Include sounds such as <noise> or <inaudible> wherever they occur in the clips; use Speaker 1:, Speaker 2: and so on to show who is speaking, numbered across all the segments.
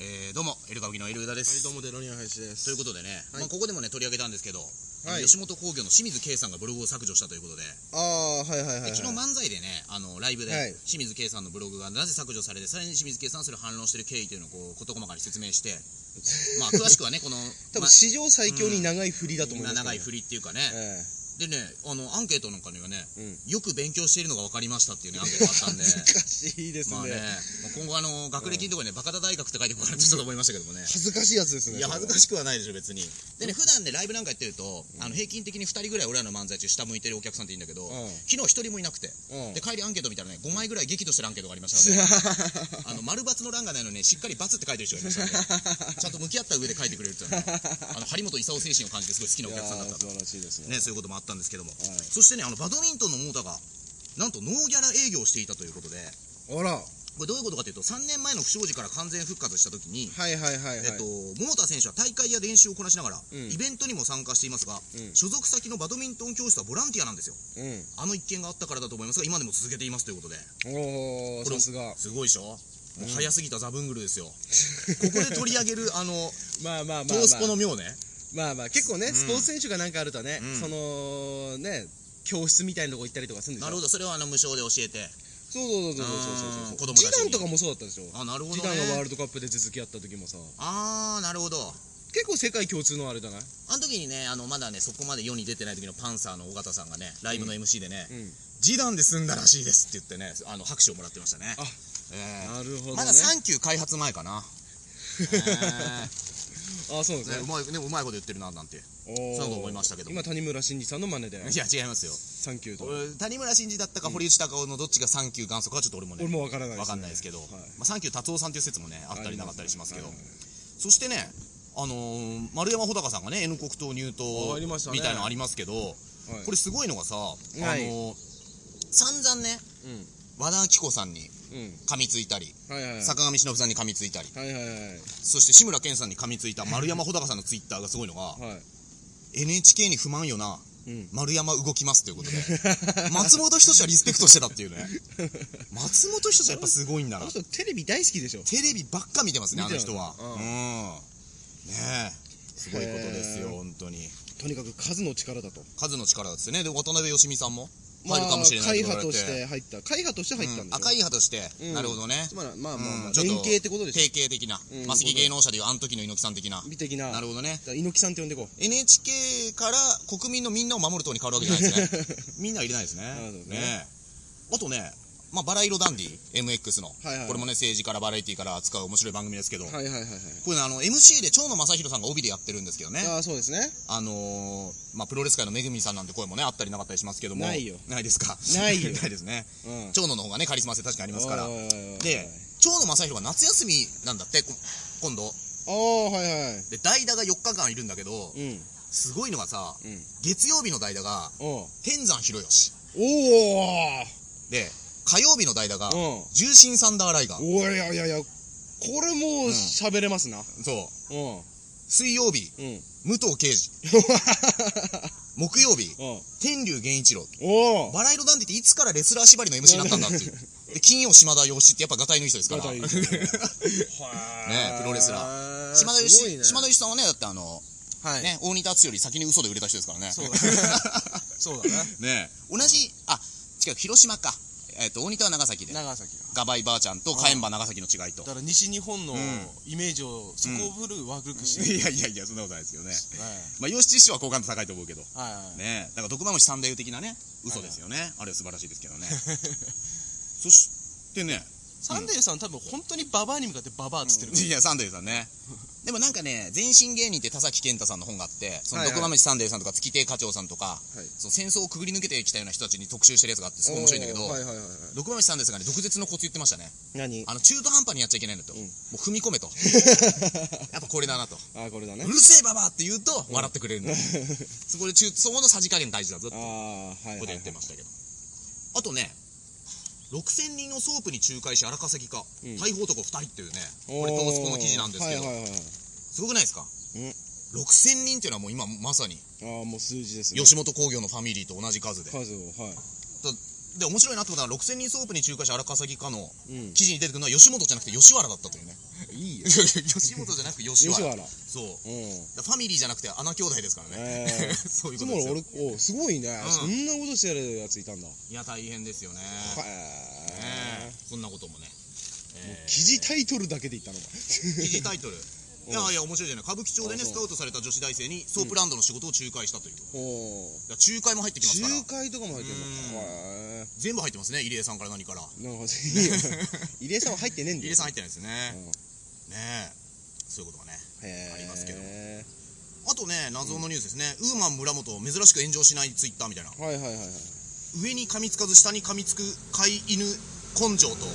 Speaker 1: えー、どうも、エルカブキのエルウダで
Speaker 2: はい、
Speaker 1: す。
Speaker 2: どうも、デロニア林で
Speaker 1: と
Speaker 2: す。
Speaker 1: いうことでね、
Speaker 2: は
Speaker 1: まあ、
Speaker 2: い
Speaker 1: ここでもね、取り上げたんですけど、
Speaker 2: はい
Speaker 1: 吉本興業の清水圭さんがブログを削除したということで、
Speaker 2: ああ、はいはいはい、は
Speaker 1: で
Speaker 2: い。
Speaker 1: 昨日漫才でね、あの、ライブで
Speaker 2: はい、
Speaker 1: 清水圭さんのブログがなぜ削除されて、さらに清水圭さんはそれを反論してる経緯というのをこう、事細かに説明して、
Speaker 2: <laughs>
Speaker 1: まあ、詳しくはね、この、
Speaker 2: 多
Speaker 1: ま
Speaker 2: 分、史上最強に長い振りだと思いま
Speaker 1: あ、
Speaker 2: す、
Speaker 1: 長い振
Speaker 2: り。
Speaker 1: りっていうかね、
Speaker 2: え
Speaker 1: でね、あの、アンケートなんかにはね、
Speaker 2: えうん。
Speaker 1: よく勉強しているのが分かりましたっていうね、アンケートがあったんで
Speaker 2: 恥。ずかし <laughs> いですね。
Speaker 1: まあね、まあ今後あの学歴のところにね、バカ田大学って書いてもらってちょっと思いましたけどもね。
Speaker 2: 恥ずかしいやつですね。
Speaker 1: いや恥ずか
Speaker 2: しい。
Speaker 1: しくはないでしょ別にでね普段ねライブなんかやってると、あの平均的に2人ぐらい俺らの漫才中下向いてるお客さんっていいんだけど、
Speaker 2: ん
Speaker 1: 昨日1人もいなくて、
Speaker 2: うん
Speaker 1: で帰りアンケート見たらね5枚ぐらい激怒してるアンケートがありましたので
Speaker 2: <laughs>
Speaker 1: あの丸×の欄がないのにしっかり×って書いてる人がいましたの
Speaker 2: <laughs>
Speaker 1: でちゃんと向き合った上で書いてくれるっていうのはねあの張本勲精神を感じてすごい好きないお
Speaker 2: や
Speaker 1: 客さんだ
Speaker 2: ー
Speaker 1: ったと
Speaker 2: 素晴らしいですね。
Speaker 1: ねそういうこともあったんですけども、
Speaker 2: い
Speaker 1: そしてねあのバドミントンの桃田がなんとノーギャラ営業をしていたということで
Speaker 2: あら。は
Speaker 1: これどういうことかというと3年前の不祥事から完全復活した時に、
Speaker 2: いはいはいはい。
Speaker 1: えっと、桃田選手は大会や練習をこなしながら、
Speaker 2: ん
Speaker 1: イベントにも参加していますが、
Speaker 2: うん
Speaker 1: 所属先のバドミントン教室はボランティアなんですよ
Speaker 2: うん。
Speaker 1: あの一件があったからだと思いますが今でも続けていますということで
Speaker 2: おー、
Speaker 1: これ
Speaker 2: さすが。
Speaker 1: すごいでしょもう早すぎたザブングルですよ、ここで取り上げる <laughs> あの
Speaker 2: <laughs> まあまあまあ、まあ。
Speaker 1: 東スポの妙ね、
Speaker 2: まあまあ、結構ね、スポーツ選手がなんかあるとね、
Speaker 1: うん
Speaker 2: その、ね、教室みたいなとこ行ったりとかするんでしょ
Speaker 1: なるほ
Speaker 2: ど。
Speaker 1: どそれはあの無償で教えて
Speaker 2: そうそうそうそうそうそう。
Speaker 1: うん子供たちに
Speaker 2: ジダンとかもそうだったでしょ。
Speaker 1: あなるほ
Speaker 2: ジ
Speaker 1: ど
Speaker 2: ダンがワー
Speaker 1: ね
Speaker 2: ルドカップで続きやった時もさ、
Speaker 1: あーなるほど
Speaker 2: 結構世界共通のあれだない
Speaker 1: あの時にねあのまだねそこまで世に出てない時のパンサーの尾形さんがねライブの MC でね
Speaker 2: うん。
Speaker 1: 「示談で済んだらしいです」って言ってねあの拍手をもらってましたね
Speaker 2: あ
Speaker 1: ええ
Speaker 2: なるほど、ね。
Speaker 1: まだサンキュー開発前かな。
Speaker 2: <laughs> あ、そうなんです
Speaker 1: ね、う
Speaker 2: ね。
Speaker 1: まい、ね、うまいこと言ってるななんて。い
Speaker 2: おー
Speaker 1: そう思いましたけども
Speaker 2: 今、谷村新司さんの真似で、
Speaker 1: や、違いますよ。
Speaker 2: サンキューと。
Speaker 1: 俺谷村新司だったか、堀内孝雄のどっちがサンキュー元祖かはちょっと俺もね
Speaker 2: 俺。もわからない
Speaker 1: わかんないですけど、
Speaker 2: はい
Speaker 1: まあ、サンキュー達夫さんっていう説もね、あったりなかったりしますけど。
Speaker 2: はい
Speaker 1: そしてね、あのー丸山穂高さんがね、N 国党入
Speaker 2: あありました
Speaker 1: 党
Speaker 2: ね
Speaker 1: みたいのありますけど、
Speaker 2: はい
Speaker 1: これすごいのがさ、あ
Speaker 2: い
Speaker 1: のー散々ね、和田アキ子さんに
Speaker 2: うん。
Speaker 1: 噛みついたり、
Speaker 2: うん。はいはいはい。
Speaker 1: 坂上忍さんに噛みついたり、
Speaker 2: はいはいはい。
Speaker 1: そして志村けんさんに噛みついた丸山穂高さんのツイッターがすごいのが、
Speaker 2: はい。
Speaker 1: NHK に不満よな、
Speaker 2: うん
Speaker 1: 丸山動きますという
Speaker 2: <laughs>
Speaker 1: ことで松本人志はリスペクトしてたっていうね松本人志はやっぱすごいんだ
Speaker 2: あ
Speaker 1: な
Speaker 2: の人、テレビ大好きでしょ。
Speaker 1: テレビばっか見てますねあの人は
Speaker 2: 見て
Speaker 1: う
Speaker 2: るうん
Speaker 1: んねえすごいことですよ
Speaker 2: へえ
Speaker 1: 本当に
Speaker 2: とにかく数の力だと。
Speaker 1: 数の力ですよねで渡辺芳美さんも入るかもしれない
Speaker 2: まあ会派とし
Speaker 1: 言われ
Speaker 2: て入った。会派として入ったん
Speaker 1: うん
Speaker 2: でしょ。
Speaker 1: 赤い派として、
Speaker 2: うん
Speaker 1: なるほどね、
Speaker 2: つまり、まあまあま
Speaker 1: う
Speaker 2: あ
Speaker 1: ん、ちょっと
Speaker 2: 連携ってことで
Speaker 1: 定
Speaker 2: し
Speaker 1: 型的な
Speaker 2: うん
Speaker 1: マスキ芸能者でいうあの時の猪木さん的な
Speaker 2: ょ。美的な。
Speaker 1: なるほどね
Speaker 2: だから猪木さんって呼んでこ
Speaker 1: NHK から国民のみんなを守る党に変わるわけじゃない
Speaker 2: <laughs>
Speaker 1: ですねみんなは入れないですね
Speaker 2: るほどね
Speaker 1: ねえあとね、まあ、バラ色ダンディ MX の、
Speaker 2: はいはい
Speaker 1: これもね政治からバラエティから扱う面白い番組ですけど、
Speaker 2: う。はいはいはいはい。
Speaker 1: これねあの MC で蝶野正宏さんが帯でやってるんですけどね
Speaker 2: ああ、そうですね。
Speaker 1: あのーまあ、プロレス界のめぐみさんなんて声もねあったりなかったりしますけども
Speaker 2: ないよ
Speaker 1: ないですか
Speaker 2: ない
Speaker 1: <laughs>
Speaker 2: よ
Speaker 1: ないですね
Speaker 2: うん。
Speaker 1: 蝶野の方がねカリスマ性確かにありますから
Speaker 2: おいおいおいおい
Speaker 1: で蝶野正宏が夏休みなんだってこ今度
Speaker 2: ああ、はいはい。
Speaker 1: で代打が4日間いるんだけど、
Speaker 2: うん。
Speaker 1: すごいのがさ、
Speaker 2: うん
Speaker 1: 月曜日の代打が
Speaker 2: おう
Speaker 1: 天山広義
Speaker 2: おー
Speaker 1: で火曜日の代打が
Speaker 2: うん
Speaker 1: 重心サンダーライガー
Speaker 2: おいやいやいやこれもう喋れますな
Speaker 1: そう
Speaker 2: うん
Speaker 1: 水曜日
Speaker 2: うん
Speaker 1: 武藤敬司木曜日
Speaker 2: うん
Speaker 1: 天竜源一郎
Speaker 2: おお
Speaker 1: バラ色ダンディっていつからレスラー縛りの MC になったんだって
Speaker 2: <laughs>
Speaker 1: いうで金曜島田洋志ってやっぱガタイのいい人ですから <laughs>
Speaker 2: ガタイいい
Speaker 1: ねプロレスラ
Speaker 2: ー
Speaker 1: 島田洋
Speaker 2: すごい
Speaker 1: 志、
Speaker 2: ね
Speaker 1: 島田洋志さんはねだってあの、
Speaker 2: はい
Speaker 1: ね大仁田敦より先に嘘で売れた人ですからね
Speaker 2: そうだねそうだね
Speaker 1: <laughs> ね同じあ違う広島かえっ、と大仁田は長崎で
Speaker 2: 長崎が
Speaker 1: ガバイばあちゃんと火炎場長崎の違いと
Speaker 3: だから西日本の
Speaker 1: ん
Speaker 3: イメージをそこをフルワークしてる、
Speaker 1: <laughs> いやいやいや、そんなことないですよね。
Speaker 3: はい
Speaker 1: まあ、吉地師匠は好感度高いと思うけど。
Speaker 3: はいはい
Speaker 1: ねえ。だから、毒蝮三大湯的なね、嘘ですよね。あれは素晴らしいですけ <laughs> どね。そしてね、
Speaker 3: サンデーさん多分本当にババアに向かってババアっつってる、
Speaker 1: いや、サンデーさんね。 <laughs> でもなんかね、全身芸人って田崎健太さんの本があって、その
Speaker 2: はいはい
Speaker 1: 毒蝮三大湯さんとか月亭課長さんとか、
Speaker 2: はい
Speaker 1: その戦争をくぐり抜けてきたような人たちに特集してるやつがあって、すごい面白いんだけど、
Speaker 2: おーはいはいはいはい
Speaker 1: 毒蝮さんですがね、毒舌のコツ言ってましたね。
Speaker 2: 何
Speaker 1: あの、中途半端にやっちゃいけないんだと。もう踏み込め <laughs> と。やっぱこれだなと。
Speaker 2: <laughs> あこれだね
Speaker 1: <laughs> うるせえババアって言うと笑ってくれるんだ、そこで中そこのさじ加減大事だぞって
Speaker 2: ああ
Speaker 1: こ
Speaker 2: はい
Speaker 1: こで
Speaker 2: はい
Speaker 1: 言ってましたけど、あとね6000人のソープに仲介し荒稼ぎか、
Speaker 2: ん
Speaker 1: 逮捕男2人っていうねこ
Speaker 2: おー
Speaker 1: れ東スポの記事なんですけど、
Speaker 2: はいはいはい
Speaker 1: すごくないですか、6000人っていうのはもう今まさに
Speaker 2: ああもう数字ですね
Speaker 1: 吉本興業のファミリーと同じ数で、
Speaker 2: 数をはい
Speaker 1: で面白いなってことは6000人ソープに中華者荒稼ぎかの
Speaker 2: うん
Speaker 1: 記事に出てくるのは吉本じゃなくて吉原だったとい
Speaker 2: <laughs>
Speaker 1: うね
Speaker 2: いいよ
Speaker 1: 吉本じゃなくて吉
Speaker 2: 吉
Speaker 1: 原
Speaker 2: 原うん
Speaker 1: そうだからファミリーじゃなくて穴兄弟ですからね、
Speaker 2: ええ
Speaker 1: <laughs> そういうこ
Speaker 2: つ
Speaker 1: と
Speaker 2: も
Speaker 1: ですよ
Speaker 2: 俺おすごいね、
Speaker 1: ん
Speaker 2: そんなことしてるやついたんだ、
Speaker 1: いや大変ですよね
Speaker 2: へ
Speaker 1: ねえそんなこともね、え
Speaker 2: え
Speaker 1: ー
Speaker 2: 記事タイトルだけでいったのか
Speaker 1: 記事タイトルいやいや面白いじゃない歌舞伎町でね
Speaker 2: あそう
Speaker 1: スカウトされた女子大生にソープランドの仕事を仲介したということ、
Speaker 2: おー
Speaker 1: だから仲介も入ってきますから
Speaker 2: 仲介とかも入ってる
Speaker 1: う
Speaker 2: の
Speaker 1: ん
Speaker 2: へ
Speaker 1: 全部入ってますね入江さんから何から
Speaker 2: えなんかいいよ入江さんは入ってねえんだ
Speaker 1: 入
Speaker 2: よ
Speaker 1: 江さん入ってないですね
Speaker 2: うん
Speaker 1: ねえそういうことがね
Speaker 2: へえ
Speaker 1: ありますけど
Speaker 2: は
Speaker 1: あとね謎のニュースですね、ウーマン村本珍しく炎上しないツイッターみたいない
Speaker 2: はいはいはい
Speaker 1: 上に噛みつかず下に噛みつく飼い犬根性と、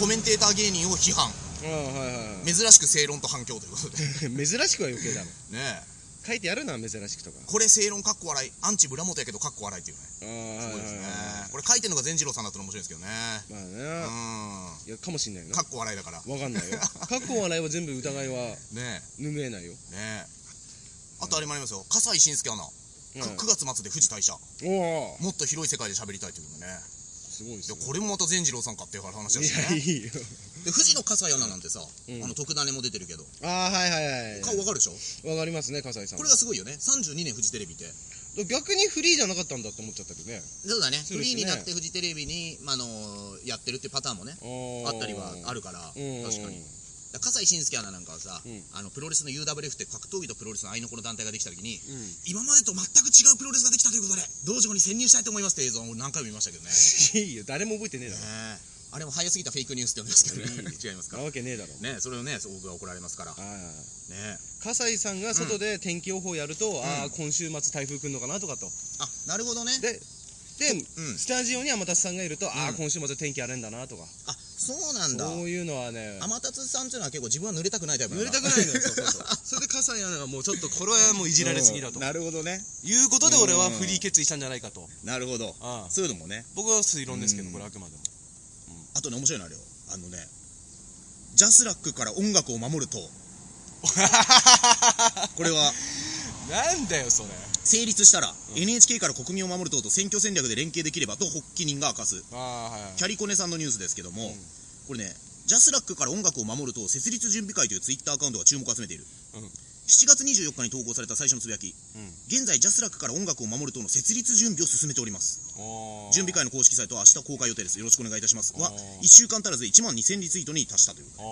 Speaker 1: コメンテーター芸人を批判
Speaker 2: ああはいはいはい
Speaker 1: 珍しく正論と反響ということで
Speaker 2: 珍しくは余計だろ
Speaker 1: ねえ
Speaker 2: 書いてやるな珍しくとか
Speaker 1: これ正論かっこ笑いアンチ村本やけどかっこ笑いっていうね
Speaker 2: ああは
Speaker 1: そう
Speaker 2: い
Speaker 1: で
Speaker 2: はい
Speaker 1: すね
Speaker 2: は
Speaker 1: これ書いてるのが善次郎さんだったら面白いんですけどね
Speaker 2: いまあ
Speaker 1: う
Speaker 2: ねいやかもしんない
Speaker 1: ん
Speaker 2: な
Speaker 1: かっこ笑いだからね
Speaker 2: わかんない
Speaker 1: <laughs>
Speaker 2: よ過去笑いは全部疑いは拭えないよ
Speaker 1: えねえあとあれもありますよ笠井信介アナ
Speaker 2: はい
Speaker 1: 9月末で富士退社も
Speaker 2: おお
Speaker 1: っと広い世界で喋りたいというのね
Speaker 2: すごいです
Speaker 1: で
Speaker 2: ね
Speaker 1: これもまた善次郎さんかっていう話だし
Speaker 2: いやい
Speaker 1: ね
Speaker 2: いよ
Speaker 1: で富士の笠井アナなんてさ、
Speaker 2: ん
Speaker 1: あの特ダネも出てるけど
Speaker 2: ああはいはいはい
Speaker 1: 顔わかるでしょ
Speaker 2: わかりますね笠井さん
Speaker 1: これがすごいよね32年フジテレビって
Speaker 2: 逆にフリーじゃなかったんだって思っちゃったけどね
Speaker 1: そうだね
Speaker 2: そう
Speaker 1: フ
Speaker 2: です
Speaker 1: リーに
Speaker 2: ね
Speaker 1: なってフジテレビに、まああのーやってるっていうパターンもねあったりはあ
Speaker 2: る
Speaker 1: るから確
Speaker 2: うん
Speaker 1: かにだから葛西伸介アナなんかはさ、
Speaker 2: うん
Speaker 1: あのプロレスの UWF って格闘技とプロレスの愛の子の団体ができた時に、
Speaker 2: うん
Speaker 1: 今までと全く違うプロレスができたということで道場に潜入したいと思いますって映像を俺何回も見ましたけどね
Speaker 2: い <laughs> いよ誰も覚えてねえだろ
Speaker 1: ねえあれも早すぎたフェイクニュースって呼んでますけどね違いますか
Speaker 2: なわけねえだろ
Speaker 1: ねえそれをね僕が怒られますからね
Speaker 2: ああ
Speaker 1: え
Speaker 2: 笠井さんが外で天気予報やると、ああ今週末台風来るのかなとかと
Speaker 1: あなるほどね
Speaker 2: でで、
Speaker 1: うん
Speaker 2: スタジオに天達さんがいると、ああ
Speaker 1: うん
Speaker 2: 今週末天気荒れんだなとか
Speaker 1: あそうなんだ
Speaker 2: そういうのはね
Speaker 1: 天達さんっていうのは結構自分は濡れたくないタイプんだ
Speaker 2: 濡れたくない
Speaker 1: <laughs>
Speaker 2: のよそうそうそうそれで笠井アナがもうちょっと
Speaker 3: これはもういじられすぎだと、
Speaker 2: なるほどね
Speaker 3: いうことで俺はフリー決意したんじゃないかと、
Speaker 1: なるほど
Speaker 3: ああ
Speaker 1: そういうのもね
Speaker 3: 僕は推論ですけど、
Speaker 1: うん
Speaker 3: これあく
Speaker 2: <laughs>
Speaker 3: までも
Speaker 1: あとね面白いのあるよあのねジャスラックから音楽を守るとこれは
Speaker 3: なんだよそれ
Speaker 1: 成立したら、NHK から国民を守る党と選挙戦略で連携できればと発起人が明かす
Speaker 3: ああはい
Speaker 1: キャリコネさんのニュースですけども、これねジャスラックから音楽を守る党設立準備会というツイッターアカウントが注目を集めている、
Speaker 3: うん
Speaker 1: 7月24日に投稿された最初のつぶやき、
Speaker 3: うん
Speaker 1: 現在ジャスラックから音楽を守る党の設立準備を進めております
Speaker 3: おー
Speaker 1: 準備会の公式サイトは明日公開予定ですよろしくお願いいたしますは
Speaker 3: おー
Speaker 1: 1週間足らず1万2000リツイートに達したという
Speaker 3: あ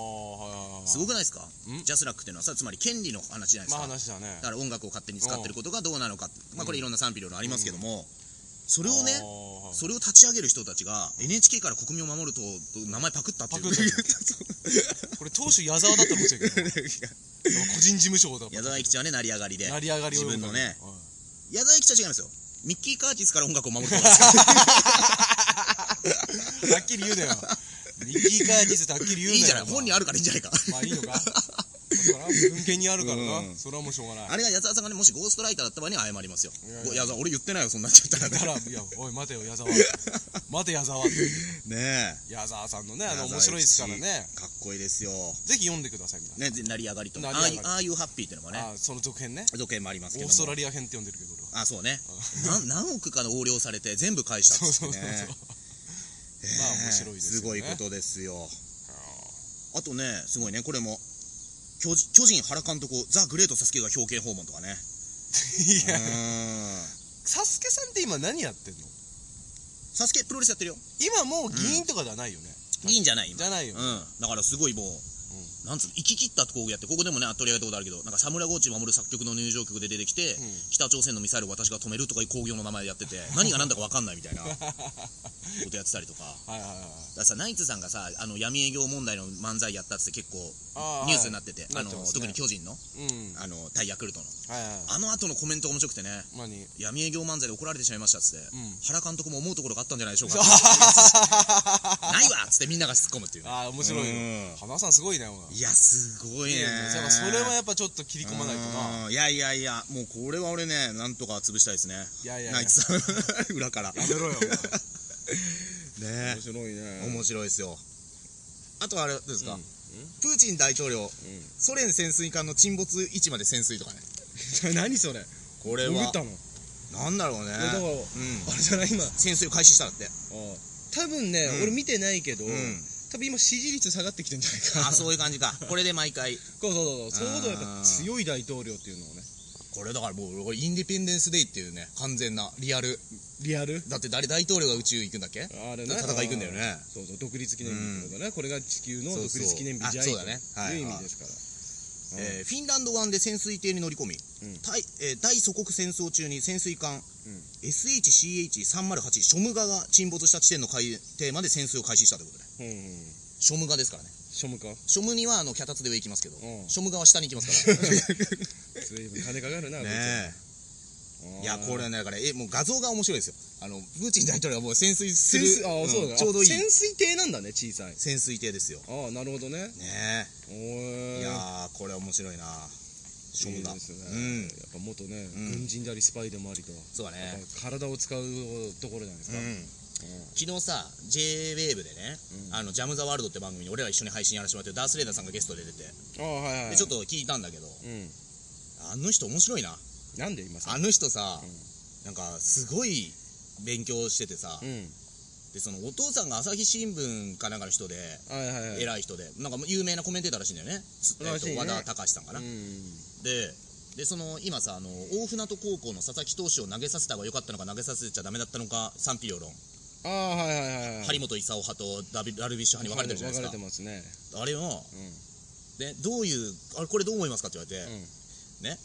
Speaker 3: あはいはいはい
Speaker 1: すごくないですか
Speaker 3: ん
Speaker 1: ジャスラックっていうのはさつまり権利の話じゃないです
Speaker 3: まあ
Speaker 1: か、
Speaker 3: 話だね
Speaker 1: だから音楽を勝手に使ってることがどうなのか、まあ、これいろんな賛否両論ありますけども、そ
Speaker 3: そ
Speaker 1: れをねそれを立ち上げる人たちが NHK から国民を守ると名前パクったっていう
Speaker 3: パクったんこれ当初矢沢だったら面白いけど個人事務所だ
Speaker 1: <laughs> 矢沢永吉はね成り上がりで
Speaker 3: 成り上がり
Speaker 1: 自
Speaker 3: を
Speaker 1: 分
Speaker 3: 読んだ
Speaker 1: のね
Speaker 3: うん
Speaker 1: 矢沢永吉は違いますよミッキー・カーティスから音楽を守るとな
Speaker 3: <laughs>
Speaker 1: んですよ
Speaker 3: はっきり言うなよ。ミッキーカーティスってはっきり言うなよ。
Speaker 1: いいんじゃない本に
Speaker 3: あ
Speaker 1: あるからいいんじゃないか <laughs>
Speaker 3: まあいいのか。そら、文献にあるから
Speaker 1: う
Speaker 3: な。
Speaker 1: ん
Speaker 3: それはもうしょうがない。
Speaker 1: あれが矢沢さんがねもしゴーストライターだった場合には謝りますよ
Speaker 3: いやいや
Speaker 1: ご矢沢俺言ってないよそんなんちゃったら
Speaker 3: だ
Speaker 1: ね
Speaker 3: から、いや、おい、待てよ、矢沢。待て、矢沢。
Speaker 1: ね
Speaker 3: 矢沢さんのね、
Speaker 1: え
Speaker 3: あの、面白いですからね。
Speaker 1: かっこいいですよ
Speaker 3: ぜひ読んでください、みたい
Speaker 1: ね成り上がりと
Speaker 3: 成
Speaker 1: あ
Speaker 3: り
Speaker 1: あ
Speaker 3: 上が
Speaker 1: い
Speaker 3: り
Speaker 1: うああいうハッピーっていうのがね
Speaker 3: な。あ、その続編ね。
Speaker 1: 続編もありますけ
Speaker 3: オ
Speaker 1: ど
Speaker 3: ー
Speaker 1: も
Speaker 3: ストラリア編って読んでるけど、 <laughs> 俺は。
Speaker 1: あそうねな何億かの横領されて全部返したっつってね
Speaker 3: そうそうそうそう
Speaker 1: え
Speaker 3: まあ面白いですよね
Speaker 1: すごいことですよあとねすごいねこれも巨人巨人原監督をザ・グレート・サスケが表敬訪問とかね
Speaker 3: いうや、
Speaker 1: ーん
Speaker 3: サスケさんって今何やってんの
Speaker 1: サスケプロレスやってるよ
Speaker 3: 今もう議員とかではないよね。
Speaker 1: いいんじゃない今
Speaker 3: じゃないよね。
Speaker 1: うんだからすごいもう、なんつうの行き切った工具やってここでもねあっとりやったことあるけどなんかサムラ・ゴーチ守る作曲の入場曲で出てきて、北朝鮮のミサイルを私が止めるとかいう工業の名前でやってて何が何だか分かんないみたいなことやってたりとか
Speaker 3: はいはいはい。
Speaker 1: だからさナイツさんがさあの闇営業問題の漫才やったっつって結構
Speaker 3: あー
Speaker 1: ニュースになってて,、
Speaker 3: は
Speaker 1: あ
Speaker 3: い
Speaker 1: の
Speaker 3: なってますね
Speaker 1: 特に巨人の
Speaker 3: うん。
Speaker 1: あの対ヤクルトの
Speaker 3: はいはい
Speaker 1: あの
Speaker 3: はい。
Speaker 1: 後のコメントが面白くてね
Speaker 3: まあに。
Speaker 1: 闇営業漫才で怒られてしまいましたっつって、
Speaker 3: ん
Speaker 1: 原監督も思うところがあったんじゃないでしょ
Speaker 3: <laughs>
Speaker 1: うかないわっつってみんなが突っ込むっていうね
Speaker 3: ああ、面白い
Speaker 1: うん
Speaker 3: よ。花さんすごいね、お前。
Speaker 1: いやすごいね
Speaker 3: やっぱそれはやっぱちょっと切り込まないとな。
Speaker 1: うんいやいやいやもうこれは俺ねなんとか潰したいですね
Speaker 3: いやいやいや
Speaker 1: ナイツさん <laughs> 裏から
Speaker 3: やめろよ。
Speaker 1: ね
Speaker 2: 面白いね
Speaker 1: 面白いですよあとあれどうですか、
Speaker 3: うん
Speaker 1: プーチン大統領、ソ連潜水艦の沈没位置まで潜水とかね
Speaker 2: 何それ
Speaker 1: これ
Speaker 2: 潜
Speaker 1: は
Speaker 2: ったの
Speaker 1: なんだろうね
Speaker 2: いやだから
Speaker 1: うん
Speaker 2: あれじゃない今
Speaker 1: 潜水を開始したんだって
Speaker 2: 多分ね、
Speaker 1: うん
Speaker 2: 俺見てないけど、
Speaker 1: ん
Speaker 2: 多分今支持率下がってきてんじゃないか
Speaker 1: あ
Speaker 2: な
Speaker 1: そういう感じかこれで毎回
Speaker 2: そうそうそうそうそういうことはやっ
Speaker 1: あ
Speaker 2: ぱ
Speaker 1: ー
Speaker 2: 強い大統領っていうのをね
Speaker 1: これだからもう俺インディペンデンス・デイっていうね完全なリアル
Speaker 2: リアル
Speaker 1: だって誰大統領が宇宙行くんだっけ
Speaker 2: あれね
Speaker 1: 戦い行くんだよね
Speaker 2: そうそう独立記念日ってことね、これが地球の独立記念日
Speaker 1: そう
Speaker 2: じ
Speaker 1: そう
Speaker 2: ゃ
Speaker 1: あそ
Speaker 2: い
Speaker 1: うだねはい
Speaker 2: という意味ですからうん
Speaker 1: えーフィンランド湾で潜水艇に乗り込み、
Speaker 2: うん
Speaker 1: 対えー大祖国戦争中に潜水艦、
Speaker 2: ん
Speaker 1: SHCH308 ショムガが沈没した地点の海底まで潜水を開始したということで
Speaker 2: うんうん
Speaker 1: ショムガですからね
Speaker 2: 庶務か
Speaker 1: ショムにはあの脚立で上行きますけど、
Speaker 2: うん
Speaker 1: ショムガは下に行きますから
Speaker 2: 随分金かか <laughs> るな
Speaker 1: ね
Speaker 2: え
Speaker 1: えいやこれねだからえもう画像が面白いですよあのプーチン大統領はもう潜水する
Speaker 2: 潜水ああ、
Speaker 1: うん
Speaker 2: そうだね
Speaker 1: ちょうどいい
Speaker 2: 潜水艇なんだね小さい
Speaker 1: 潜水艇ですよ
Speaker 2: ああなるほどね
Speaker 1: ね
Speaker 2: お
Speaker 1: え、
Speaker 2: ー
Speaker 1: いやーこれ面白いなショ
Speaker 2: い
Speaker 1: ム
Speaker 2: い
Speaker 1: ガ
Speaker 2: ですね、
Speaker 1: うん
Speaker 2: やっぱ元ね、
Speaker 1: ん
Speaker 2: 軍人でありスパイでもありと、
Speaker 1: そうだ
Speaker 2: やっ
Speaker 1: ね
Speaker 2: ぱ体を使うところじゃないですか、
Speaker 1: 昨日さ JWAVE でね、あのジャム・ザ・ワールドって番組に俺ら一緒に配信やらせてもらってるダース・レーダーさんがゲストで出て、
Speaker 2: ああはいは
Speaker 1: でちょっと聞いたんだけど
Speaker 2: うん、
Speaker 1: あの人面白いな
Speaker 2: なんで今さ
Speaker 1: あの人さ、
Speaker 2: うん
Speaker 1: なんかすごい勉強しててさ、
Speaker 2: うん
Speaker 1: でそのお父さんが朝日新聞かなんかの人で、
Speaker 2: はいはいはい
Speaker 1: 偉い人でなんか有名なコメンテーターらしいんだよねつえっと
Speaker 2: らしいね
Speaker 1: 和田隆さんかな、
Speaker 2: うん
Speaker 1: ででその今さあの大船渡高校の佐々木投手を投げさせた方が良かったのか投げさせちゃダメだったのか賛否両論、
Speaker 2: ああはいはいはいはい
Speaker 1: 張本勲派とダビダルビッシュ派に分かれてるじゃないです
Speaker 2: 分かれて
Speaker 1: か
Speaker 2: ますね
Speaker 1: あれを、でどういうあれこれどう思いますかって言われて、ね、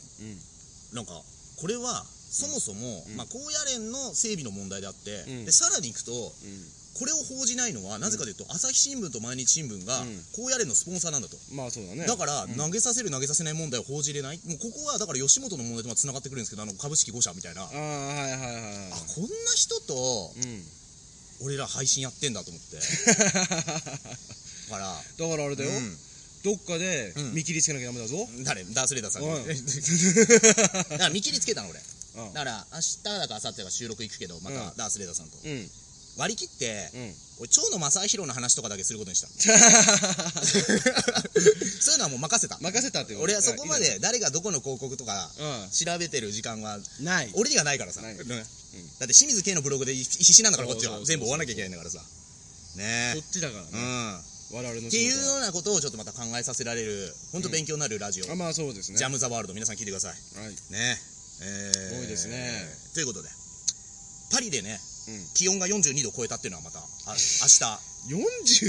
Speaker 1: なんかこれはそもそも、まあ、高野連の整備の問題であって、
Speaker 2: うん
Speaker 1: でさらにいくと
Speaker 2: うんうん
Speaker 1: これを報じないのはなぜかというと、朝日新聞と毎日新聞が
Speaker 2: うん
Speaker 1: 高野連のスポンサーなんだと、
Speaker 2: まあそうだね
Speaker 1: だから、投げさせる投げさせない問題を報じれないもうここはだから吉本の問題ともつながってくるんですけどあの株式5社みたいな、あ
Speaker 2: ああはいはいはいはい
Speaker 1: こんな人と
Speaker 2: うん
Speaker 1: 俺ら配信やってんだと思ってだから
Speaker 2: だからあれだよ、
Speaker 1: うん
Speaker 2: どっかで
Speaker 1: うん
Speaker 2: 見切りつけなきゃダメだぞ、
Speaker 1: 誰ダースレーダーさんに、
Speaker 2: うん
Speaker 1: <laughs> だから見切りつけたの俺
Speaker 2: うん
Speaker 1: だから明日だか明後日だか収録行くけどまた
Speaker 2: うん
Speaker 1: ダースレーダーさんと、 <laughs>
Speaker 2: うん
Speaker 1: 割り切って、
Speaker 2: うん
Speaker 1: 俺蝶野正宏の話とかだけすることにした
Speaker 2: <laughs>
Speaker 1: そういうのはもう任せた
Speaker 2: 任せたってこと
Speaker 1: 俺はそこま
Speaker 2: いい
Speaker 1: で誰がどこの広告とか
Speaker 2: うん
Speaker 1: 調べてる時間は
Speaker 2: ねない
Speaker 1: 俺にはないからさ、
Speaker 2: ない
Speaker 1: うんだって清水圭のブログで必死なんだからこっちは
Speaker 2: そうそうそう
Speaker 1: 全
Speaker 2: そう
Speaker 1: 部追わなきゃいけないんだからさ
Speaker 2: そ
Speaker 1: ね
Speaker 2: っちだから
Speaker 1: えう
Speaker 2: ね、
Speaker 1: んっ
Speaker 2: 我々の
Speaker 1: て
Speaker 2: 仕
Speaker 1: いうよう
Speaker 2: 事は
Speaker 1: なことをちょっとまた考えさせられる本当勉強になるラジオ、
Speaker 2: あまあそうですね
Speaker 1: ジャム・ザ・ワールド皆さん聞いてください
Speaker 2: はい
Speaker 1: ねえー
Speaker 2: すごいですね
Speaker 1: ということでパリでね、
Speaker 2: うん
Speaker 1: 気温が42度を超えたっていうのはまたあ明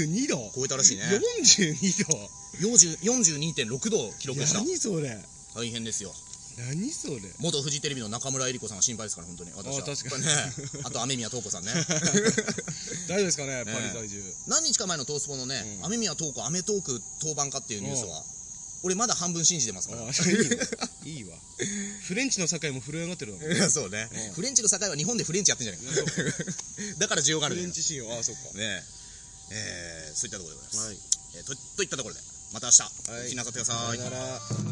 Speaker 1: 日
Speaker 2: 42度
Speaker 1: 超えたらしいね
Speaker 2: <laughs> 42度
Speaker 1: 40 42.6度を記録した
Speaker 2: 何それ
Speaker 1: 大変ですよ
Speaker 2: 何それ
Speaker 1: 元フジテレビの中村江里子さんが心配ですから本当に私は
Speaker 2: あ確かに
Speaker 1: ねあと雨宮塔子
Speaker 2: <laughs>
Speaker 1: さんね
Speaker 2: 大丈夫ですかねパ
Speaker 1: ね
Speaker 2: リ在住
Speaker 1: 何日か前のトースポのね、
Speaker 2: うん
Speaker 1: 雨宮塔子アメトーク当番かっていうニュースは俺まだ半分信じてますから
Speaker 2: ああ <laughs> いいわいいわフレンチの境も震え上がってるだも
Speaker 1: <laughs>
Speaker 2: ん
Speaker 1: そうね、
Speaker 2: うん
Speaker 1: フレンチの境は日本でフレンチやってんじゃないか <laughs> だから需要がある
Speaker 2: フ
Speaker 1: んだよ
Speaker 2: レンチシーンああそっか
Speaker 1: ねええーそういったところでございます、
Speaker 2: はい
Speaker 1: えーとといったところでまた明日、
Speaker 2: はい
Speaker 1: お聞きなさってください
Speaker 2: さよなら